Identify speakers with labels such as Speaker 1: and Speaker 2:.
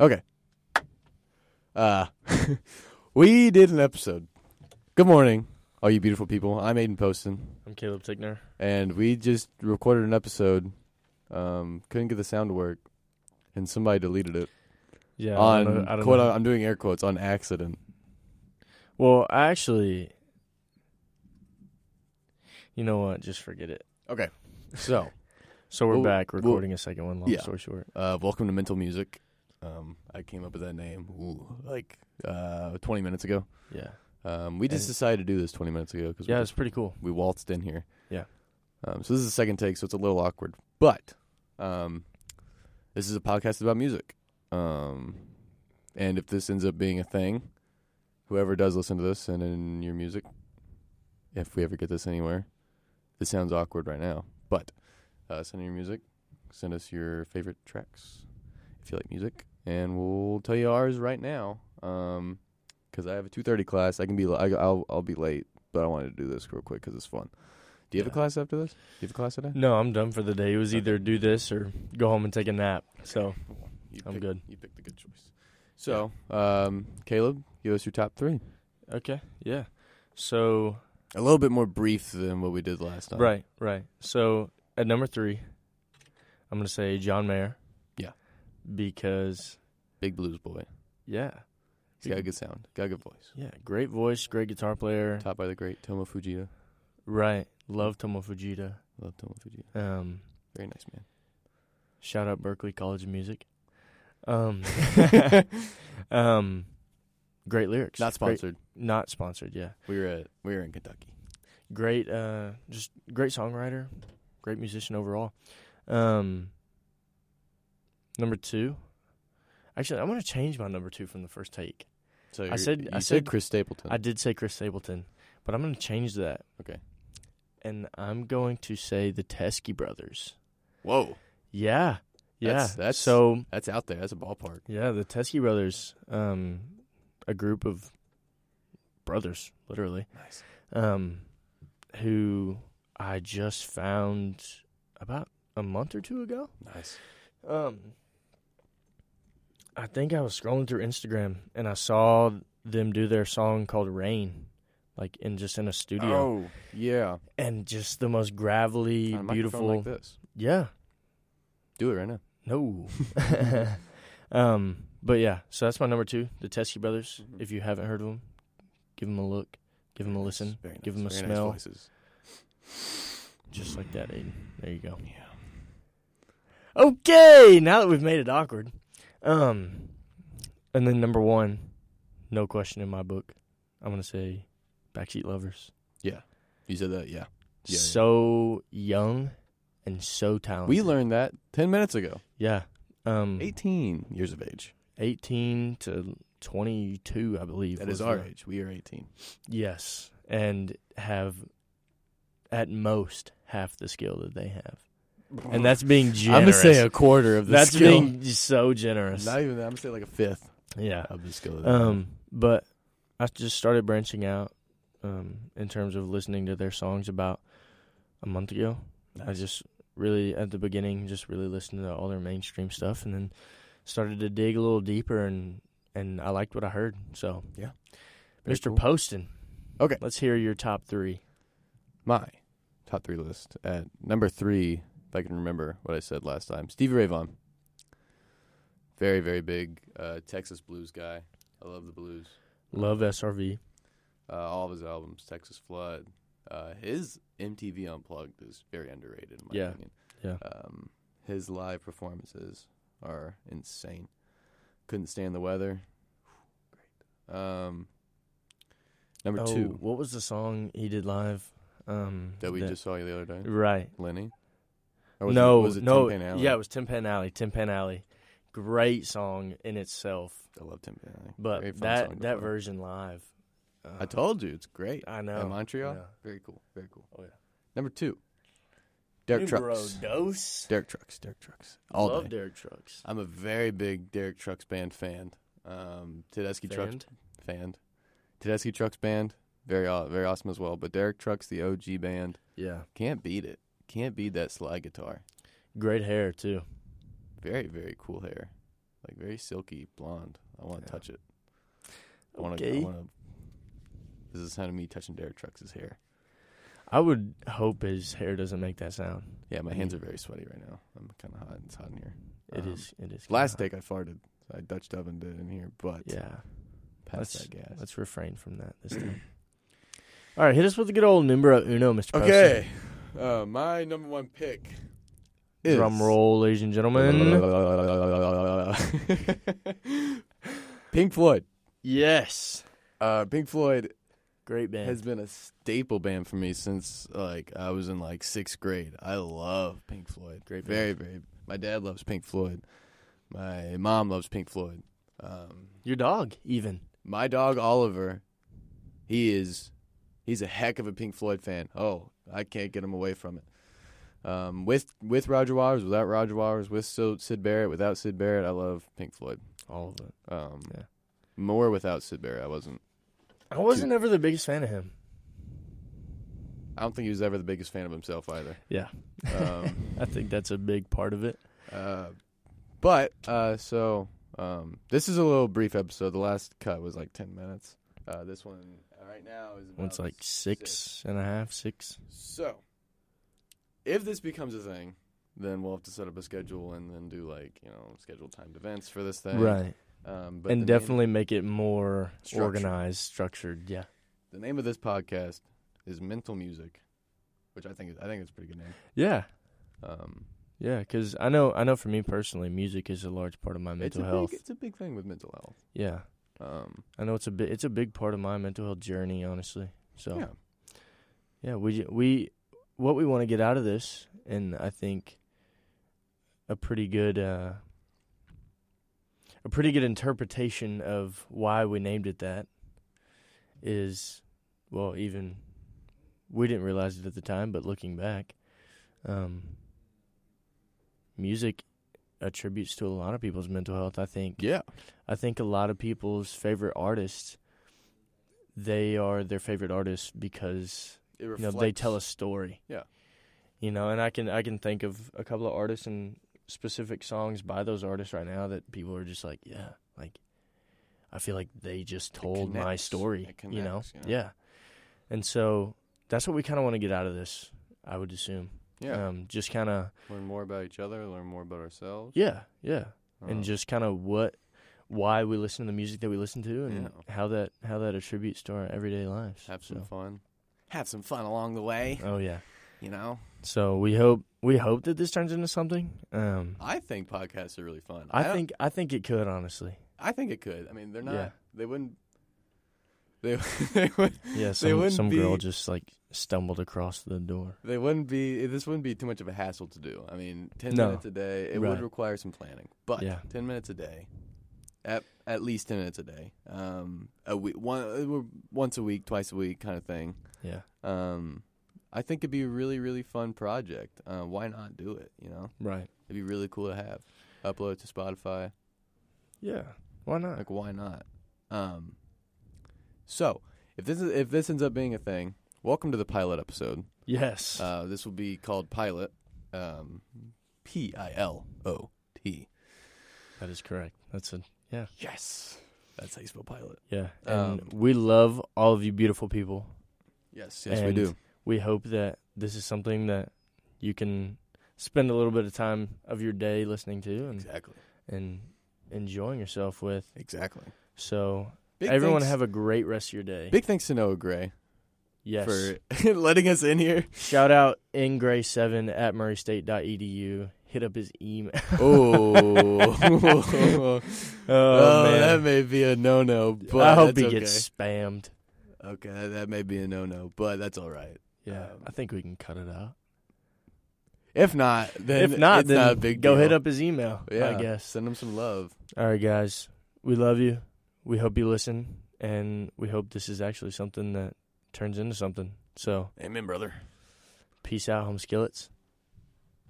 Speaker 1: Okay. Uh, we did an episode. Good morning, all you beautiful people. I'm Aiden Poston,
Speaker 2: I'm Caleb Tickner.
Speaker 1: and we just recorded an episode. Um, couldn't get the sound to work, and somebody deleted it
Speaker 2: Yeah. I
Speaker 1: on
Speaker 2: don't know- I don't
Speaker 1: quote,
Speaker 2: know.
Speaker 1: I'm doing air quotes on accident.
Speaker 2: well, I actually, you know what? Just forget it.
Speaker 1: Okay, so
Speaker 2: So we're
Speaker 1: Well,
Speaker 2: back
Speaker 1: well-
Speaker 2: recording a second one. Long
Speaker 1: yeah.
Speaker 2: story short,
Speaker 1: uh, welcome to Mental Music. Um, I came up with that name ooh, like uh 20 minutes ago.
Speaker 2: yeah,
Speaker 1: Um, we just
Speaker 2: And-
Speaker 1: decided to do this 20 minutes ago because
Speaker 2: yeah, it's pretty cool.
Speaker 1: we waltzed in here.
Speaker 2: Yeah.
Speaker 1: Um, so this is the second take, so it's a little awkward, but um, this is a podcast about music. Um, and if this ends up being a thing, whoever does listen to this and in your music, if we ever get this anywhere, this sounds awkward right now, but uh, send in your music, send us your favorite tracks if you like music, and we'll tell you ours right now. Um 'cause I have a two thirty class, I can be li- I, I'll I'll be late but I wanted to do this real quick because it's fun. Do you have a
Speaker 2: Yeah.
Speaker 1: class after this? Do you have a class today?
Speaker 2: No, I'm done for the day. It was either do this or go home and take a nap. So
Speaker 1: You
Speaker 2: I'm
Speaker 1: picked-
Speaker 2: good.
Speaker 1: You picked the good choice. So, um, Caleb, give us your top three.
Speaker 2: okay, yeah. So
Speaker 1: A little bit more brief than what we did last time.
Speaker 2: right, right. So at number three, I'm gonna say John Mayer.
Speaker 1: Yeah.
Speaker 2: Because
Speaker 1: Big blues boy.
Speaker 2: yeah,
Speaker 1: He's got a good sound. Got a good voice.
Speaker 2: yeah, great voice, great guitar player.
Speaker 1: Taught by the great Tomo Fujita.
Speaker 2: Right. Love Tomo Fujita.
Speaker 1: Love Tomo Fujita.
Speaker 2: Um,
Speaker 1: Very nice man.
Speaker 2: shout out Berkeley College of Music. Um, um, great lyrics.
Speaker 1: Not
Speaker 2: Great-
Speaker 1: sponsored.
Speaker 2: not sponsored. Yeah.
Speaker 1: We were at, we were in Kentucky.
Speaker 2: Great. Uh, just great songwriter. Great musician overall. Um, number two. Actually, I'm gonna change my number two from the first take.
Speaker 1: So
Speaker 2: I
Speaker 1: you're-
Speaker 2: said-
Speaker 1: you
Speaker 2: I
Speaker 1: said
Speaker 2: said-
Speaker 1: Chris Stapleton.
Speaker 2: I did say Chris Stapleton, but I'm gonna change that.
Speaker 1: Oh. Okay.
Speaker 2: And I'm going to say the Teskey Brothers.
Speaker 1: Whoa,
Speaker 2: Yeah. Yeah.
Speaker 1: That's- that's-
Speaker 2: so
Speaker 1: that's out there. That's a ballpark.
Speaker 2: Yeah, the Teskey brothers, um, a group of brothers, literally,
Speaker 1: Nice.
Speaker 2: um, who I just found about a month or two ago.
Speaker 1: Nice.
Speaker 2: Um, I think I was scrolling through Instagram and I saw them do their song called "Rain," like in just in a studio,
Speaker 1: Oh yeah.
Speaker 2: and just the most gravelly,
Speaker 1: On a microphone
Speaker 2: beautiful.
Speaker 1: Like this.
Speaker 2: yeah,
Speaker 1: Do it right now.
Speaker 2: No. um, but yeah, so that's my number two, the Teskey Brothers.
Speaker 1: Mhm.
Speaker 2: If you haven't heard of them, give them a look, give them a listen,
Speaker 1: Very nice.
Speaker 2: give them a
Speaker 1: Very
Speaker 2: smell.
Speaker 1: Nice voices.
Speaker 2: just like that, Aiden. There you go.
Speaker 1: Yeah.
Speaker 2: Okay, now that we've made it awkward, um, and then number one, no question in my book, I'm gonna say Backseat Lovers.
Speaker 1: You said that, yeah. Yeah, yeah.
Speaker 2: so young and so talented.
Speaker 1: We learned that 10 minutes ago.
Speaker 2: yeah, um,
Speaker 1: 18 years of age.
Speaker 2: 18 to 22, I believe.
Speaker 1: That is
Speaker 2: was
Speaker 1: our
Speaker 2: the-
Speaker 1: age. We are 18.
Speaker 2: Yes, and have at most half the skill that they have, and that's being generous.
Speaker 1: I'm going to say a quarter of the
Speaker 2: that's
Speaker 1: skill.
Speaker 2: being so generous.
Speaker 1: Not even that. I'm going to say like a fifth
Speaker 2: yeah.
Speaker 1: of the skill. that they
Speaker 2: Um, but I just started branching out um, in terms of listening to their songs about a month ago.
Speaker 1: have.
Speaker 2: I just really at the beginning just really listened to all their mainstream stuff, and then started to dig a little deeper, and and I liked what I heard. So,
Speaker 1: Yeah. Very
Speaker 2: Mr.
Speaker 1: cool.
Speaker 2: Poston.
Speaker 1: Okay.
Speaker 2: let's hear your top three.
Speaker 1: My top three list. At number three, if I can remember what I said last time, Stevie Ray Vaughan. Very, very big uh, Texas blues guy. I love the blues.
Speaker 2: Love SRV.
Speaker 1: Uh, all of his albums, Texas Flood. Uh, his MTV Unplugged is very underrated, in my
Speaker 2: Yeah.
Speaker 1: opinion.
Speaker 2: Yeah.
Speaker 1: Um, his live performances are insane. Couldn't stand the weather. Great. Um, number
Speaker 2: Oh,
Speaker 1: two
Speaker 2: What was the song he did live? Um,
Speaker 1: that we just saw you the other day,
Speaker 2: right.
Speaker 1: Lenny. Or
Speaker 2: No,
Speaker 1: was it
Speaker 2: no.
Speaker 1: Tin Pan Alley?
Speaker 2: Yeah, it was Tim Pan Alley. Tim Pan Alley, great song in itself,
Speaker 1: I love Tin Pan Alley.
Speaker 2: but
Speaker 1: Very fun
Speaker 2: that
Speaker 1: song to
Speaker 2: that
Speaker 1: play.
Speaker 2: version live. Uh,
Speaker 1: I told you it's great.
Speaker 2: I
Speaker 1: At
Speaker 2: know.
Speaker 1: Montreal,
Speaker 2: Yeah.
Speaker 1: very cool, very cool.
Speaker 2: Oh, yeah.
Speaker 1: Number two, Derek Trucks.
Speaker 2: Dose.
Speaker 1: Derek Trucks. Derek Trucks. All
Speaker 2: Love
Speaker 1: day.
Speaker 2: Derek Trucks.
Speaker 1: I'm a very big Derek Trucks Band fan. Um, Tedeschi Trucks
Speaker 2: Band?
Speaker 1: fan. Tedeschi Trucks Band, very aw- very awesome as well. But Derek Trucks, the OG band,
Speaker 2: Yeah.
Speaker 1: can't beat it. Can't beat that slide guitar.
Speaker 2: Great hair too.
Speaker 1: Very very cool hair. like very silky blonde. I want to
Speaker 2: Yeah.
Speaker 1: touch it. I want to.
Speaker 2: Okay.
Speaker 1: I want to. This is the sound of me touching Derek Trucks' hair.
Speaker 2: I would hope his hair doesn't make that sound.
Speaker 1: Yeah, my
Speaker 2: Mm.
Speaker 1: hands are very sweaty right now. I'm kind of hot. It's hot in here.
Speaker 2: It is.
Speaker 1: Um,
Speaker 2: It is. kinda
Speaker 1: Last
Speaker 2: hot.
Speaker 1: take I farted. I Dutch oven did in here, but
Speaker 2: Yeah.
Speaker 1: past
Speaker 2: let's-
Speaker 1: that gas.
Speaker 2: Let's refrain from that this time. All right, hit us with the good old numero uno, Mr. Poston.
Speaker 1: Okay, uh, my number one pick is
Speaker 2: Drum roll, ladies and gentlemen.
Speaker 1: Pink Floyd.
Speaker 2: yes.
Speaker 1: Uh, Pink Floyd
Speaker 2: Great band.
Speaker 1: has been a staple band for me since like I was in like sixth grade. I love Pink Floyd.
Speaker 2: Great band.
Speaker 1: very, very. My dad loves Pink Floyd. My mom loves Pink Floyd. Um,
Speaker 2: Your dog, even.
Speaker 1: my dog Oliver, he is, he's a heck of a Pink Floyd fan. Oh, I can't get him away from it. Um, with with Roger Waters, without Roger Waters, with so- Sid Barrett, without Sid Barrett, I love Pink Floyd.
Speaker 2: All of it.
Speaker 1: Um,
Speaker 2: Yeah.
Speaker 1: more without Sid Barrett, I wasn't.
Speaker 2: I wasn't ever the biggest fan of him.
Speaker 1: I don't think he was ever the biggest fan of himself either.
Speaker 2: Yeah.
Speaker 1: Um,
Speaker 2: I think that's a big part of it.
Speaker 1: Uh, but uh, so um, this is a little brief episode. The last cut was like ten minutes. Uh, this one right now is about
Speaker 2: It's like six and a half, six.
Speaker 1: So if this becomes a thing, then we'll have to set up a schedule and then do like you know schedule timed events for this thing.
Speaker 2: Right.
Speaker 1: Um, but
Speaker 2: And
Speaker 1: the name-
Speaker 2: definitely make it more
Speaker 1: Structured.
Speaker 2: organized, structured. Yeah.
Speaker 1: the name of this podcast is Mental Music, which I think is, I think it's a pretty good name.
Speaker 2: Yeah.
Speaker 1: Um,
Speaker 2: Yeah, because I know, I know for me personally, music is a large part of my
Speaker 1: it's
Speaker 2: mental
Speaker 1: a
Speaker 2: health.
Speaker 1: big it's a big thing with mental health.
Speaker 2: yeah.
Speaker 1: Um,
Speaker 2: I know it's a big, it's a big part of my mental health journey, honestly. So
Speaker 1: yeah,
Speaker 2: yeah, we ju- we what we want to get out of this, and I think a pretty good uh, a pretty good interpretation of why we named it that is well, even we didn't realize it at the time, but looking back, um, music attributes to a lot of people's mental health. I think
Speaker 1: yeah,
Speaker 2: I think a lot of people's favorite artists, they are their favorite artists because
Speaker 1: it
Speaker 2: you know they tell
Speaker 1: reflects-
Speaker 2: a story.
Speaker 1: Yeah.
Speaker 2: You know, and I can I can think of a couple of artists and specific songs by those artists right now that people are just like, yeah, like I feel like they just told my
Speaker 1: connects.
Speaker 2: story.
Speaker 1: It
Speaker 2: you know,
Speaker 1: connects, yeah.
Speaker 2: yeah. And so that's what we kind of want to get out of this. I would assume.
Speaker 1: yeah.
Speaker 2: Um, just kind of
Speaker 1: learn more about each other, learn more about ourselves.
Speaker 2: yeah, yeah.
Speaker 1: Um,
Speaker 2: and just kind of what why we listen to the music that we listen to and
Speaker 1: Yeah.
Speaker 2: how that how that attributes to our everyday lives.
Speaker 1: have some
Speaker 2: So-
Speaker 1: fun. Have some fun along the way,
Speaker 2: Oh yeah.
Speaker 1: you know.
Speaker 2: So we hope we hope that this turns into something. Um
Speaker 1: I think podcasts are really fun.
Speaker 2: I,
Speaker 1: don't-
Speaker 2: think I think it could honestly.
Speaker 1: I think it could. I mean, they're not.
Speaker 2: Yeah.
Speaker 1: They wouldn't. They they would.
Speaker 2: Yeah,
Speaker 1: they
Speaker 2: some
Speaker 1: wouldn't
Speaker 2: some
Speaker 1: be.
Speaker 2: girl just like stumbled across the door.
Speaker 1: they wouldn't be. This wouldn't be too much of a hassle to do. I mean, ten
Speaker 2: No.
Speaker 1: minutes a day. It
Speaker 2: Right.
Speaker 1: would require some planning, but
Speaker 2: Yeah.
Speaker 1: ten minutes a day, at at least ten minutes a day. Um, a week, one uh, we're- once a week, twice a week, kind of thing.
Speaker 2: Yeah.
Speaker 1: Um, I think it'd be a really, really fun project. Uh, why not do it? You know,
Speaker 2: Right.
Speaker 1: it'd be really cool to have. Upload it to Spotify.
Speaker 2: Yeah. Why not?
Speaker 1: Like, why not? Um, so if this is if this ends up being a thing, welcome to the pilot episode.
Speaker 2: yes.
Speaker 1: Uh, this will be called pilot. Um, P I L O T.
Speaker 2: that is correct. That's a
Speaker 1: Yes, that's how you spell pilot.
Speaker 2: yeah. And
Speaker 1: Um,
Speaker 2: we love all of you beautiful people.
Speaker 1: Yes, yes, we
Speaker 2: And-
Speaker 1: do.
Speaker 2: we hope that this is something that you can spend a little bit of time of your day listening to and
Speaker 1: Exactly,
Speaker 2: and enjoying yourself with.
Speaker 1: exactly.
Speaker 2: So
Speaker 1: Big
Speaker 2: everyone
Speaker 1: thanks,
Speaker 2: have a great rest of your day.
Speaker 1: big thanks to Noah Gray
Speaker 2: yes.
Speaker 1: for letting us in here.
Speaker 2: Shout out ngray7 at murraystate.edu. E Hit up his email.
Speaker 1: Oh.
Speaker 2: oh,
Speaker 1: Oh,
Speaker 2: man.
Speaker 1: that may be a no no, but
Speaker 2: I hope
Speaker 1: that's
Speaker 2: he
Speaker 1: okay.
Speaker 2: gets spammed.
Speaker 1: Okay, that- that may be a no no, but that's all right.
Speaker 2: Yeah,
Speaker 1: Um,
Speaker 2: I think we can cut it out.
Speaker 1: If not, then
Speaker 2: if not,
Speaker 1: it's
Speaker 2: then
Speaker 1: not a big
Speaker 2: go
Speaker 1: deal.
Speaker 2: hit up his email.
Speaker 1: Yeah,
Speaker 2: I guess.
Speaker 1: send him some love.
Speaker 2: All right, guys. We love you. We hope you listen, and we hope this is actually something that turns into something. So,
Speaker 1: Amen, brother.
Speaker 2: peace out, home skillets.